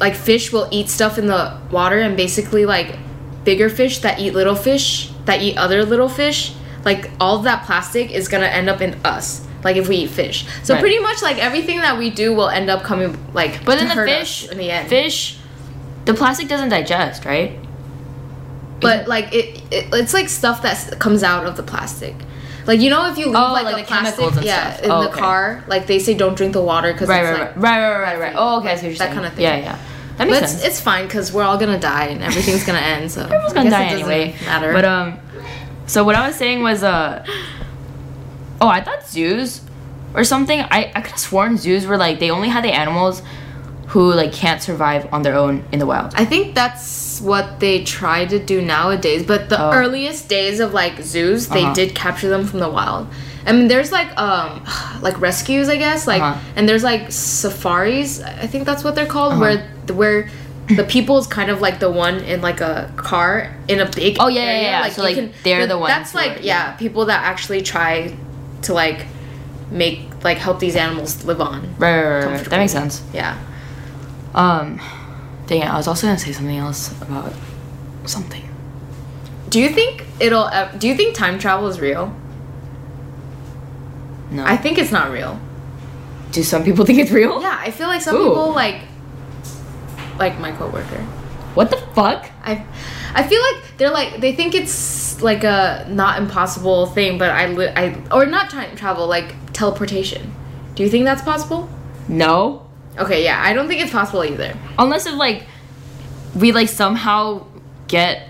S2: like fish will eat stuff in the water and basically like bigger fish that eat little fish that eat other little fish like all of that plastic is gonna end up in us like if we eat fish so
S1: Right.
S2: pretty much like everything that we do will end up coming like
S1: but
S2: to
S1: then the
S2: hurt
S1: fish,
S2: us in the end
S1: fish, the plastic doesn't digest, right?
S2: but like it, it it's like stuff that s- comes out of the plastic like you know if you leave
S1: Oh,
S2: like,
S1: like
S2: a
S1: the
S2: plastic
S1: chemicals and
S2: yeah
S1: stuff.
S2: in
S1: Oh,
S2: the
S1: okay.
S2: car like they say don't drink the water because
S1: Right,
S2: it's
S1: right,
S2: like
S1: right, right, right, right, right. Oh, okay, I see what you're
S2: That
S1: saying.
S2: kinda thing.
S1: Yeah, yeah. That makes
S2: but it's,
S1: sense.
S2: it's fine because we're all gonna die and everything's gonna end so
S1: Everyone's gonna die anyway.
S2: matter
S1: But um, so what I was saying was uh, oh, I thought zoos or something. I I could have sworn zoos were like they only had the animals who like can't survive on their own in the wild.
S2: I think that's what they try to do nowadays. But the
S1: Oh.
S2: earliest days of like zoos, they
S1: Uh-huh.
S2: did capture them from the wild. I mean, there's like um, like rescues, I guess, like,
S1: Uh-huh.
S2: and there's like safaris. I think that's what they're called, where where the people is kind of like the one in like a car in a big
S1: Oh, yeah, yeah,
S2: area.
S1: yeah. So,
S2: you
S1: like, they're
S2: th-
S1: the ones
S2: that's
S1: who
S2: like
S1: are-
S2: yeah, people that actually try to like make like help these animals live on
S1: Right, right, right, right, right. That makes
S2: comfortably.
S1: sense.
S2: yeah
S1: Um, dang it, I was also gonna say something else about something.
S2: e, do you think it'll ev- do you think time travel is real
S1: No.
S2: I think it's not real.
S1: Do some people think it's real?
S2: Yeah, I feel like some
S1: Ooh.
S2: people like like my coworker.
S1: What the fuck?
S2: I I feel like they're like they think it's like a not impossible thing, but I li- I or not time travel like teleportation. Do you think that's possible?
S1: No.
S2: Okay, yeah, I don't think it's possible either.
S1: Unless if like we like somehow get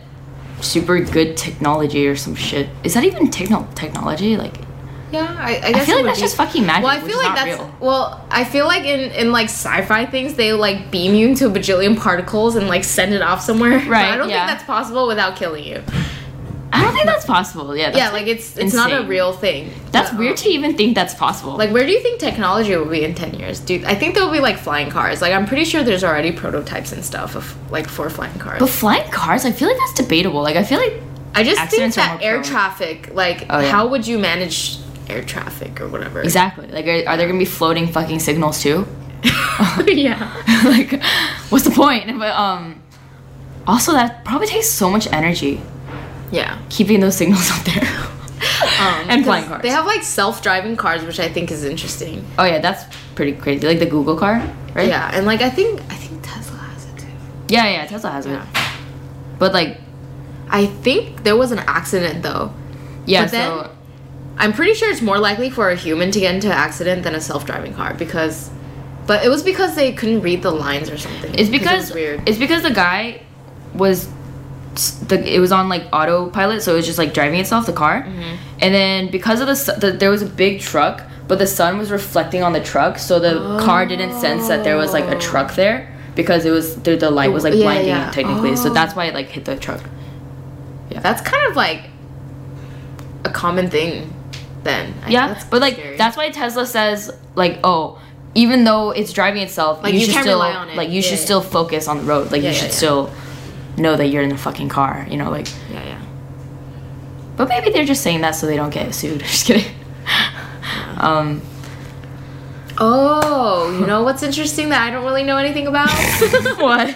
S1: super good technology or some shit. Is that even techno technology? Like
S2: Yeah, I, I guess
S1: feel like
S2: it would
S1: that's
S2: be-
S1: just fucking magic,
S2: Well, I
S1: which
S2: feel
S1: is
S2: like
S1: not
S2: that's
S1: real.
S2: well, I feel like in in like sci-fi things, they like beam you into a bajillion particles and like send it off somewhere. But I
S1: Right,
S2: don't
S1: yeah.
S2: think that's possible without killing you.
S1: I don't think that's possible. Yeah. That's,
S2: yeah, like it's it's not a
S1: insane.
S2: real thing.
S1: That's
S2: But,
S1: weird
S2: um,
S1: to even think that's possible.
S2: Like, where do you think technology will be in ten years? Do you- I think there will be like flying cars? Like, I'm pretty sure there's already prototypes and stuff of like for flying cars.
S1: but flying cars, I feel like that's debatable. Like I feel like
S2: I just think
S1: accidents are
S2: that
S1: more
S2: air
S1: prone.
S2: traffic, like,
S1: Oh, yeah.
S2: how would you manage air traffic or whatever?
S1: exactly. Like are, are there gonna be floating fucking signals too?
S2: yeah.
S1: like what's the point? But um also that probably takes so much energy
S2: Yeah.
S1: keeping those signals up there.
S2: Um,
S1: And flying
S2: 'cause
S1: cars.
S2: They have like self-driving cars, which I think is interesting.
S1: oh yeah, that's pretty crazy. Like the Google car, right?
S2: Yeah, and like I think I think Tesla has it too.
S1: Yeah, yeah, Tesla has it.
S2: Yeah.
S1: But like,
S2: I think there was an accident though.
S1: yeah,
S2: But then-
S1: so
S2: I'm pretty sure it's more likely for a human to get into an accident than a self-driving car because, but it was because they couldn't read the lines or something.
S1: it's
S2: 'cause it
S1: because
S2: was weird.
S1: it's because the guy was s- the it was on like autopilot, so it was just like driving itself the car,
S2: Mm-hmm.
S1: and then because of the, su- the there was a big truck, but the sun was reflecting on the truck, so the car didn't sense that there was like a truck there because it was the, the light was like
S2: Oh. Yeah,
S1: blinding
S2: yeah.
S1: it technically, so
S2: Oh.
S1: that's why it like hit the truck.
S2: That's kind of like a common thing. Then I-
S1: yeah
S2: that's
S1: but like
S2: scary.
S1: that's why tesla says like oh even though it's driving itself
S2: Like,
S1: you,
S2: you
S1: should
S2: can't
S1: still
S2: rely on it.
S1: like you
S2: Yeah,
S1: should
S2: yeah.
S1: still focus on the road like
S2: Yeah,
S1: you
S2: yeah,
S1: should
S2: yeah.
S1: still know that you're in a fucking car you know like
S2: yeah yeah.
S1: but maybe they're just saying that so they don't get sued just kidding um
S2: Oh, you know what's interesting that I don't really know anything about?
S1: what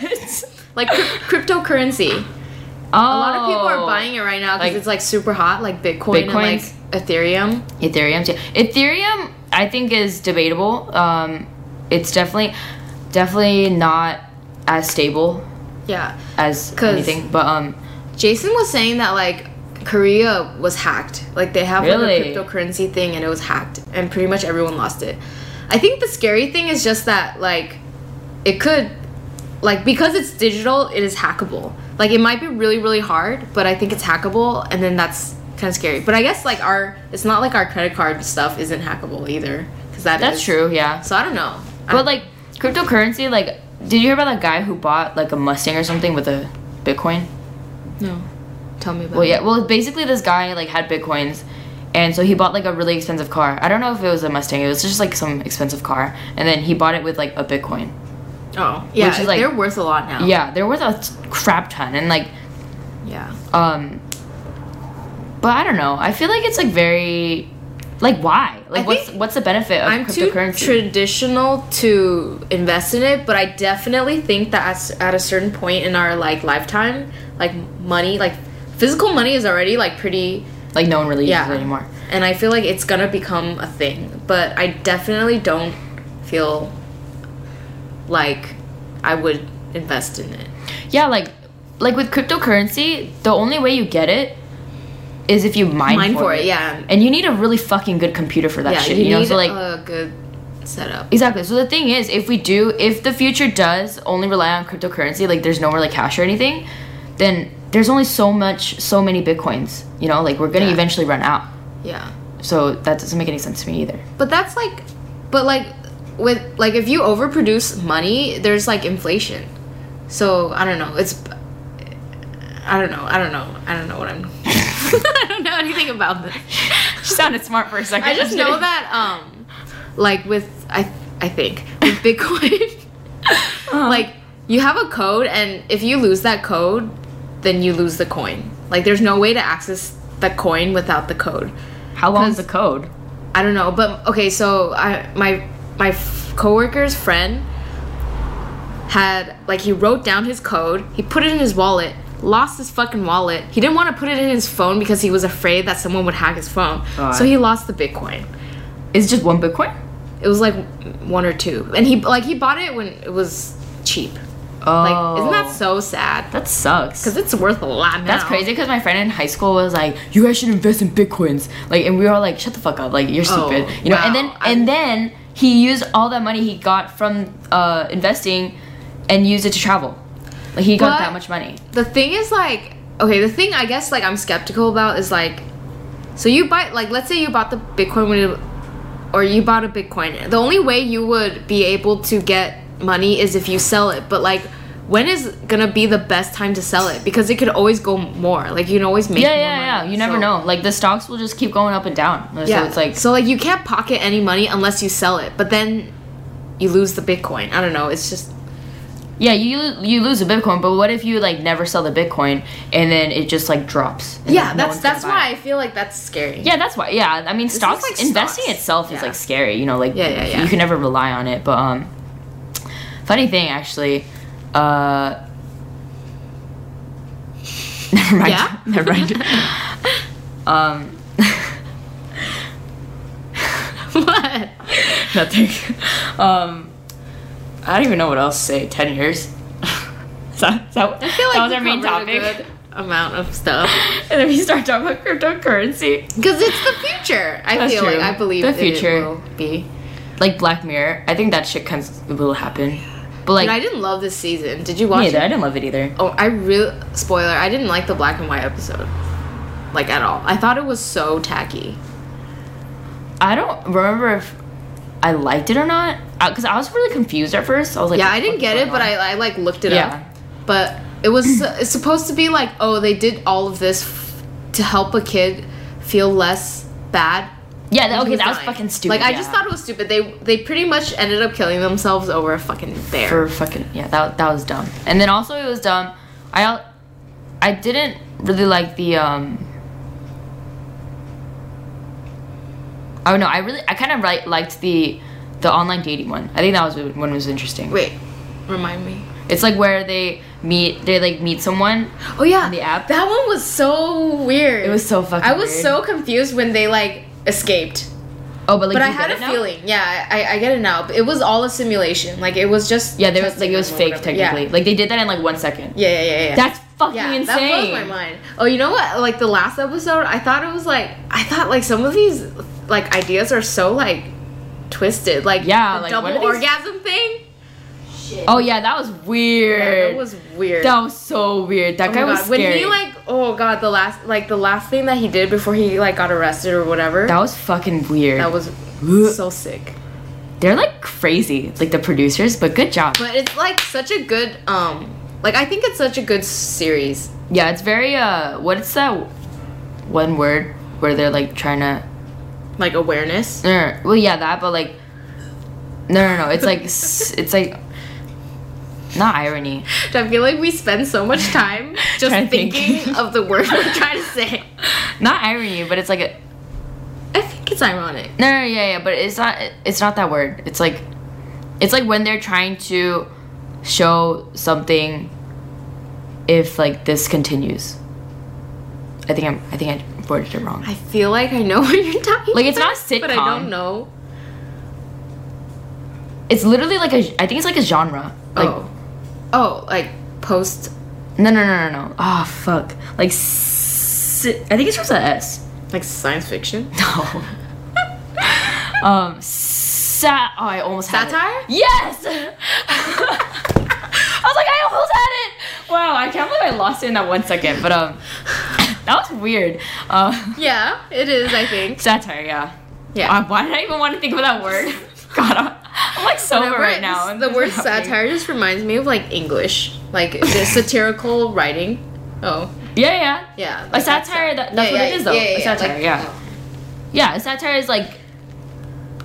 S2: like cryp- cryptocurrency.
S1: oh,
S2: A lot of people are buying it right now because
S1: Like-
S2: it's like super hot, like Bitcoin
S1: Bitcoins?
S2: and like Ethereum.
S1: Ethereum too. Ethereum, I think, is debatable. Um, it's definitely, definitely not as stable
S2: Yeah.
S1: as
S2: 'Cause-
S1: anything. But um,
S2: Jason was saying that like Korea was hacked. Like they have
S1: Really?
S2: like a cryptocurrency thing and it was hacked and pretty much everyone lost it. I think the scary thing is just that like it could like because it's digital, it is hackable. Like it might be really really hard, but I think it's hackable and then that's kind of scary. But I guess like our it's not like our credit card stuff isn't hackable either cuz
S1: that's true. Yeah.
S2: So I don't know. I
S1: But like cryptocurrency, like did you hear about that guy who bought like a Mustang or something with a Bitcoin?
S2: No. Tell me about
S1: Well, yeah. Well, basically this guy like had Bitcoins, and so he bought like a really expensive car. I don't know if it was a Mustang. It was just like some expensive car, and then he bought it with like a Bitcoin.
S2: Oh, yeah.
S1: Which is, like-
S2: they're worth a lot now.
S1: Yeah, they're worth a crap ton, and like
S2: Yeah.
S1: um. But I don't know. I feel like it's like very, like why? Like
S2: I
S1: what's
S2: think
S1: what's the benefit of
S2: I'm too
S1: cryptocurrency?
S2: traditional to invest in it, but I definitely think that as, at a certain point in our like lifetime, like money, like physical money is already like pretty
S1: like no one really
S2: yeah
S1: uses it anymore.
S2: And I feel like it's gonna become a thing, but I definitely don't feel like I would invest in it.
S1: Yeah, like like with cryptocurrency, the only way you get it is if you mine,
S2: Mine for it, yeah.
S1: And you need a really fucking good computer for that
S2: yeah,
S1: shit.
S2: you,
S1: You, know,
S2: need
S1: so like
S2: a good setup.
S1: exactly. So the thing is, if we do, if the future does only rely on cryptocurrency, like there's nowhere like cash or anything, then there's only so much, so many bitcoins. You know, like we're gonna
S2: Yeah.
S1: eventually run out.
S2: Yeah.
S1: So that doesn't make any sense to me either.
S2: But that's like, but like, with like if you overproduce money, there's like inflation. So I don't know. It's I don't know. I don't know. I don't know what I'm. I don't know anything about this.
S1: She sounded smart for a second.
S2: I just know that um, like with I I think with Bitcoin,
S1: Uh-huh.
S2: like you have a code, and if you lose that code, then you lose the coin. Like there's no way to access the coin without the code.
S1: How long's the code?
S2: I don't know, but okay. So I my my f- coworker's friend had like he wrote down his code. He put it in his wallet. Lost his fucking wallet. He didn't want to put it in his phone because he was afraid that someone would hack his phone.
S1: God.
S2: So he lost the Bitcoin.
S1: It's just one Bitcoin.
S2: It was like one or two, and he like he bought it when it was cheap.
S1: Oh,
S2: Like, isn't that so sad?
S1: that sucks?
S2: Because it's worth a lot now.
S1: That's crazy because my friend in high school was like, "You guys should invest in bitcoins," like, and we were all like, "Shut the fuck up!" Like, you're
S2: Oh,
S1: stupid, you know. And then,
S2: wow.
S1: and then he used all that money he got from uh, investing, and used it to travel. Like, he got
S2: But-
S1: that much money.
S2: The thing is like, okay, the thing I guess like I'm skeptical about is like, so you buy like let's say you bought the Bitcoin when it, or you bought a Bitcoin. The only way you would be able to get money is if you sell it. But like, when is gonna be the best time to sell it? Because it could always go more. Like you can always make.
S1: Yeah,
S2: more
S1: yeah,
S2: money.
S1: yeah. You never
S2: So-
S1: know. Like, the stocks will just keep going up and down.
S2: Yeah.
S1: So it's like,
S2: so like you can't pocket any money unless you sell it. But then you lose the Bitcoin. I don't know. It's just
S1: yeah, you you lose the bitcoin, but what if you like never sell the bitcoin and then it just like drops? and,
S2: yeah.
S1: like, no
S2: that's
S1: one's gonna
S2: that's
S1: buy it?
S2: why I feel like that's scary.
S1: Yeah, that's why. Yeah, I mean,
S2: is
S1: stocks
S2: like
S1: investing
S2: stocks.
S1: itself is
S2: Yeah.
S1: like scary. You know, like
S2: Yeah, yeah, yeah.
S1: you can never rely on it. But um, funny thing actually, uh, never mind.
S2: Yeah?
S1: never mind. um,
S2: what?
S1: nothing. Um, I don't even know what else to say. Ten years. Is that, is that,
S2: I feel like
S1: that was
S2: we
S1: our main
S2: covered a
S1: topic.
S2: good amount of stuff
S1: and then we start talking about cryptocurrency.
S2: because it's the future. I
S1: That's
S2: feel
S1: true.
S2: like I believe
S1: The
S2: that it
S1: future.
S2: will be.
S1: Like Black Mirror, I think that shit comes will happen. But like,
S2: Dude, I didn't love this season. Did you watch
S1: neither. I
S2: it?
S1: didn't love it either.
S2: Oh, I real spoiler. I didn't like the black and white episode, like at all. I thought it was so tacky.
S1: I don't remember if I liked it or not because I was really confused at first. I was like,
S2: yeah,
S1: "What
S2: I
S1: the
S2: didn't
S1: fuck
S2: get
S1: is
S2: it, but
S1: going
S2: I,
S1: on?"
S2: I like looked it
S1: Yeah.
S2: up. But it was it's supposed to be like, oh, they did all of this f- to help a kid feel less bad.
S1: yeah, that,
S2: when he
S1: okay, that was
S2: dying.
S1: fucking stupid.
S2: Like I
S1: yeah.
S2: just thought it was stupid. They they pretty much ended up killing themselves over a fucking bear.
S1: for fucking yeah, that that was dumb. And then also it was dumb. I al- I didn't really like the um. Oh no, I really I kind of like liked the the online dating one. I think that was one was interesting.
S2: Wait, remind me.
S1: It's like where they meet they like meet someone.
S2: Oh yeah,
S1: On the app?
S2: That one was so weird.
S1: It was so fucking.
S2: I was
S1: weird.
S2: so confused when they like escaped.
S1: Oh, but like
S2: but I
S1: you
S2: had
S1: get
S2: a
S1: it now?
S2: feeling. Yeah, I, I get it now. But it was all a simulation. Like it was just
S1: Yeah, there was
S2: testing
S1: like it was
S2: them or
S1: fake
S2: whatever. Yeah.
S1: technically. Like they did that in like one second.
S2: Yeah, yeah, yeah, yeah.
S1: That's fucking
S2: yeah,
S1: insane.
S2: that blows my mind. Oh, you know what? Like the last episode, I thought it was like I thought like some of these like ideas are so like twisted. Like
S1: Yeah,
S2: the
S1: like,
S2: double
S1: what are these-
S2: orgasm thing.
S1: Oh yeah, that was weird.
S2: Yeah, that was weird.
S1: That was so weird. That
S2: Oh my
S1: guy was
S2: God. when
S1: scary.
S2: he like oh god the last like the last thing that he did before he like got arrested or whatever
S1: that was fucking weird.
S2: that was
S1: Ugh.
S2: so sick.
S1: They're like crazy, like the producers, but good job.
S2: But it's like such a good um like I think it's such a good series.
S1: yeah, it's very uh what's that one word where they're like trying to
S2: Like awareness.
S1: no, no, no. well yeah, that but like no no no, it's like s- it's like not irony.
S2: I feel like we spend so much time just
S1: Trying to think.
S2: thinking of the word we're trying to say.
S1: Not irony, but it's like a
S2: I think it's ironic.
S1: No, no, yeah, yeah, but it's not. It's not that word. It's like, it's like when they're trying to show something. If like this continues, I think I'm. I think I worded it wrong.
S2: I feel like I know what you're talking
S1: Like, it's
S2: about,
S1: not a
S2: But I
S1: sitcom.
S2: don't know.
S1: It's literally like a. I think it's like a genre. Like
S2: oh. Oh, like post
S1: no, no, no, no, no. Ah, fuck. Like, s- I think it starts with a S.
S2: like science fiction.
S1: No. um, sat. Oh, I almost had
S2: Satire?
S1: It. Yes. I was like, I almost had it. Wow, I can't believe I lost it in that one second. But um, that was weird. Uh,
S2: Yeah, it is, I think.
S1: satire, yeah.
S2: Yeah.
S1: Uh, why did I even want to think of that word? God, I'm, I'm like sober
S2: Whenever
S1: right
S2: I-
S1: now. and
S2: The
S1: this
S2: word
S1: is happening.
S2: satire just reminds me of like English, like the satirical writing. Oh,
S1: Yeah, yeah.
S2: yeah. like
S1: A
S2: that's
S1: satire.
S2: that-
S1: That, that's
S2: Yeah,
S1: what
S2: yeah,
S1: it is, though.
S2: yeah, yeah,
S1: a
S2: yeah,
S1: satire,
S2: like- oh.
S1: yeah. Yeah, a satire is like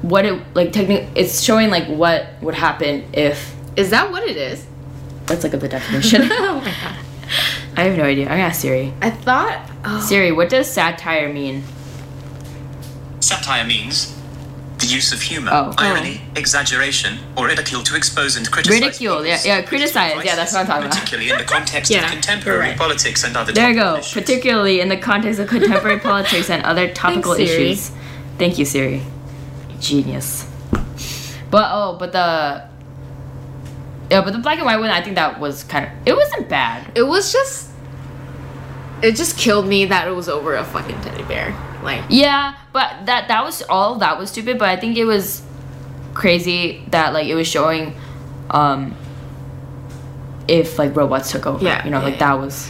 S1: what it like. Technically, it's showing like what would happen if.
S2: Is that what it is?
S1: Let's look up the definition.
S2: oh my god.
S1: I have no idea. I'm gonna ask Siri.
S2: I thought. Oh,
S1: Siri, what does satire mean?
S3: Satire means the use of humor,
S1: Oh.
S3: irony, exaggeration, or ridicule to expose and criticize.
S1: Ridicule,
S3: people's
S1: yeah, yeah,
S3: political
S1: criticize, yeah, that's what I'm talking about.
S3: Particularly in the context
S2: Yeah,
S3: of contemporary
S2: you're right.
S3: politics and other
S1: There you
S3: topical
S1: go.
S3: issues.
S1: Particularly in the context of contemporary politics and other topical
S2: Siri.
S1: issues. Thank you, Siri. Genius. But oh, but the yeah, but the black and white one, I think that was kind of it wasn't bad.
S2: It was just. It just killed me that it was over a fucking teddy bear. Like,
S1: Yeah, but that that was all that was stupid. But I think it was crazy that like it was showing, um, if like robots took over.
S2: Yeah,
S1: you know,
S2: yeah,
S1: like
S2: yeah.
S1: that was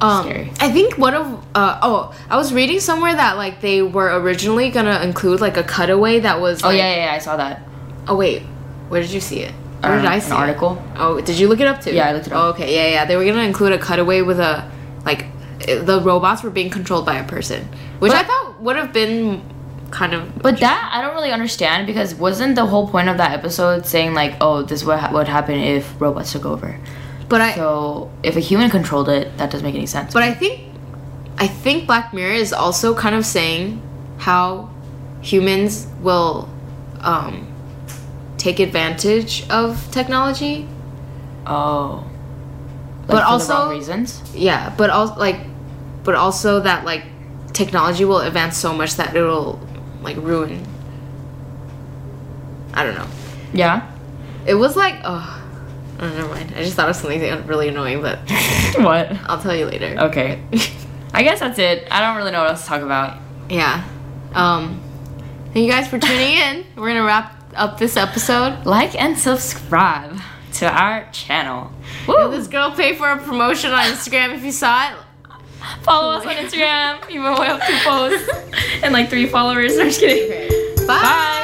S2: um,
S1: scary.
S2: I think one of uh, oh, I was reading somewhere that like they were originally gonna include like a cutaway that was.
S1: Oh
S2: like-
S1: yeah, yeah, yeah I saw that.
S2: Oh wait, where did you see it? Where
S1: Um,
S2: did I
S1: an
S2: see it?
S1: article.
S2: Oh, did you look it up too?
S1: Yeah, I looked it up.
S2: Oh, okay, yeah, yeah. They were gonna include a cutaway with a like i- the robots were being controlled by a person, which I
S1: But-
S2: thought would have been kind of.
S1: But that I don't really understand because wasn't the whole point of that episode saying like, oh, this is what ha- would happen if robots took over?
S2: But I
S1: So if a human controlled it, that doesn't make any sense.
S2: but I think I think Black Mirror is also kind of saying how humans will um, take advantage of technology.
S1: oh, Like, for
S2: But
S1: the
S2: also-
S1: wrong reasons.
S2: Yeah, but also like, but also that like technology will advance so much that it'll like ruin. I don't know.
S1: Yeah.
S2: It was like, oh, oh, never mind. I just thought of something really annoying, but
S1: what?
S2: I'll tell you later.
S1: Okay. I guess that's it. I don't really know what else to talk about.
S2: yeah. Um, thank you guys for tuning in. We're gonna wrap up this episode.
S1: Like and subscribe to our channel.
S2: Yo,
S1: Woo!
S2: this girl paid for a promotion on Instagram. If you saw it,
S1: Follow us on Instagram. Even way up two posts and like three followers. I'm just kidding. Bye.